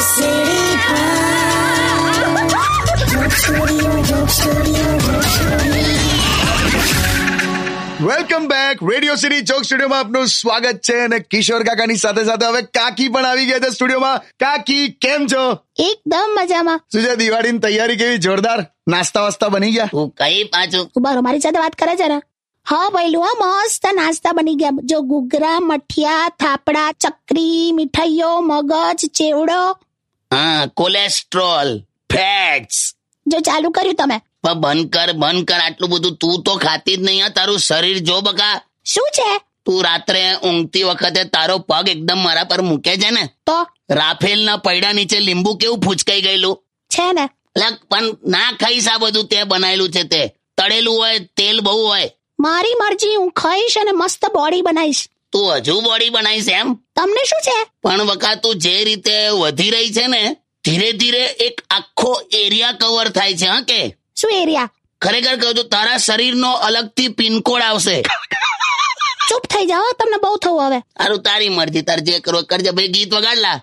સીડી welcome back radio city ચોક સ્ટુડિયોમાં આપનું સ્વાગત છે અને કિશોર કાકાની સાથે સાથે હવે કાકી પણ આવી ગયા છે સ્ટુડિયોમાં કાકી કેમ છો એકદમ મજામાં શું છે દિવાળીની તૈયારી કેવી જોરદાર નાસ્તા વાસ્તા બની ગયા તું કઈ પાછું ઉભા રહો મારી સાથે વાત કરે જરા હા પહેલું હા મસ્ત નાસ્તા બની ગયા જો ઘૂઘરા મઠિયા થાપડા ચકરી મીઠાઈઓ મગજ ચેવડો હા કોલેસ્ટ્રોલ ફેટ્સ જો ચાલુ કર્યું તમે પણ બંધ કર બંધ કર આટલું બધું તું તો ખાતી જ નહીં હા. તારું શરીર જો બકા શું છે તું રાત્રે ઊંઘતી વખતે તારો પગ એકદમ મારા પર મૂકે છે ને તો રાફેલના પૈડા નીચે લીંબુ કેવું ફૂચકાઈ ગયેલું છે ને લગ પણ ના ખાઈશ આ બધું તે બનાવેલું છે તે તળેલું હોય તેલ બહુ હોય મારી મરજી હું ખાઈશ અને મસ્ત બોડી બનાવીશ તું હજુ બોડી બનાવીશ એમ તમને શું છે પણ વખા તું જે રીતે વધી રહી છે ને ધીરે ધીરે એક આખો એરિયા કવર થાય છે હા કે શું એરિયા ખરેખર કહું છું તારા શરીરનો અલગથી પિનકોડ આવશે ચૂપ થઈ જાઓ તમને બહુ થવું હવે તારું તારી મરજી તાર જે કરવો કરજે ભાઈ ગીત વગાડલા